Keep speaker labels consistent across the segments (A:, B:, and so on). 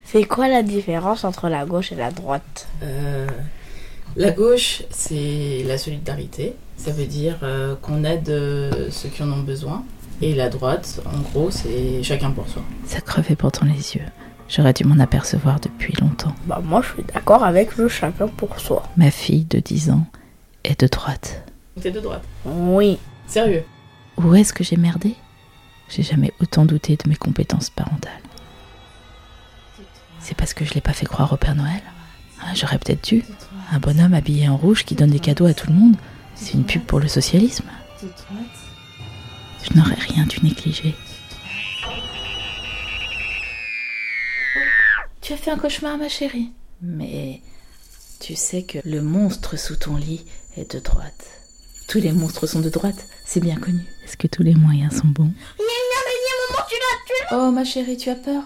A: C'est quoi la différence entre la gauche et la droite
B: Euh, la gauche, c'est la solidarité. Ça veut dire euh, qu'on aide euh, ceux qui en ont besoin. Et la droite, en gros, c'est chacun pour soi.
C: Ça crevait pourtant les yeux. J'aurais dû m'en apercevoir depuis longtemps.
A: Bah moi je suis d'accord avec le chacun pour soi.
C: Ma fille de 10 ans est de droite.
B: T'es de droite.
A: Oui.
B: Sérieux.
C: Où est-ce que j'ai merdé J'ai jamais autant douté de mes compétences parentales. C'est parce que je l'ai pas fait croire au Père Noël Ah, J'aurais peut-être dû. Un bonhomme habillé en rouge qui donne des cadeaux à tout le monde, c'est une pub pour le socialisme. Je n'aurais rien dû négliger. Tu as fait un cauchemar, ma chérie. Mais tu sais que le monstre sous ton lit est de droite. Tous les monstres sont de droite, c'est bien connu. Est-ce que tous les moyens sont bons Oh, ma chérie, tu as peur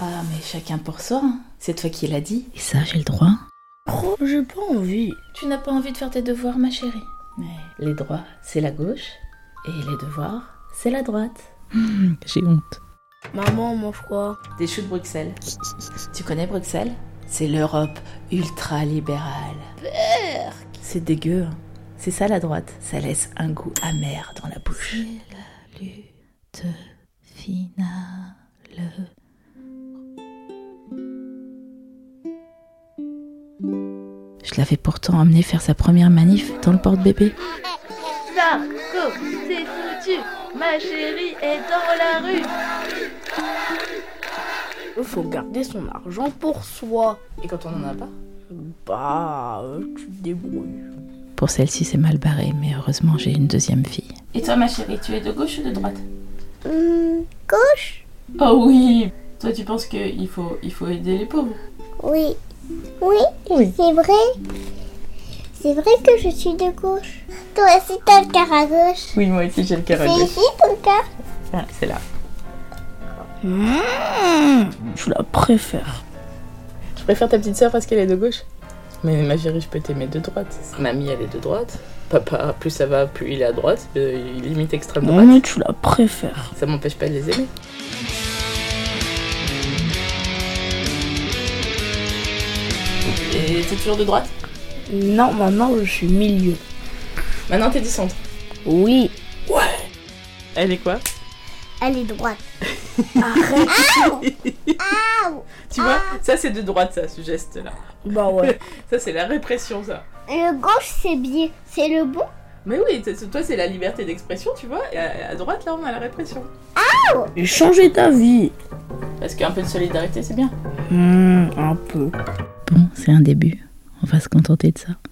C: Ah, mais chacun pour soi. hein. C'est toi qui l'as dit. Et ça, j'ai le droit.
A: Oh, j'ai pas envie.
C: Tu n'as pas envie de faire tes devoirs, ma chérie. Mais les droits, c'est la gauche. Et les devoirs, c'est la droite. Hmm, J'ai honte.
A: Maman, mange quoi
C: Des choux de Bruxelles. tu connais Bruxelles C'est l'Europe ultra-libérale. C'est dégueu. hein. C'est ça la droite. Ça laisse un goût amer dans la bouche. la lutte finale. Je l'avais pourtant emmené faire sa première manif dans le porte-bébé.
D: Marco, c'est foutu. Ma chérie est dans la rue.
A: Faut garder son argent pour soi.
B: Et quand on en a pas
A: Bah, euh, tu te débrouilles.
C: Pour celle-ci, c'est mal barré, mais heureusement, j'ai une deuxième fille.
E: Et toi, ma chérie, tu es de gauche ou de droite
F: Hum, gauche
B: Ah
E: Oh oui Toi, tu penses qu'il faut, il faut aider les pauvres
F: Oui. Oui, c'est vrai. C'est vrai que je suis de gauche. Toi aussi, t'as le cœur à gauche.
E: Oui, moi aussi, j'ai le cœur
F: C'est ici ton cœur
B: Ah,
E: c'est là.
A: Je la préfère.
B: Je préfère ta petite sœur parce qu'elle est de gauche. Mais ma chérie, je peux t'aimer de droite. Mamie, elle est de droite. Papa, plus ça va, plus il est à droite. Euh, il limite extrême
A: Non,
B: droite.
A: mais tu la préfères.
B: Ça m'empêche pas de les aimer. Et t'es toujours de droite
A: Non, maintenant je suis milieu.
B: Maintenant, t'es du centre.
A: Oui.
B: Elle est quoi
F: Elle est droite.
B: Tu vois, ça c'est de droite, ça, ce geste-là.
A: Bah ouais.
B: Ça, c'est la répression, ça.
F: Le gauche, c'est bien. C'est le bon
B: Mais oui, t- toi, c'est la liberté d'expression, tu vois. Et à, à droite, là, on a la répression.
A: J'ai changé ta vie.
B: Parce qu'un peu de solidarité, c'est bien.
A: Hmm, un peu.
C: Bon, c'est un début. On va se contenter de ça.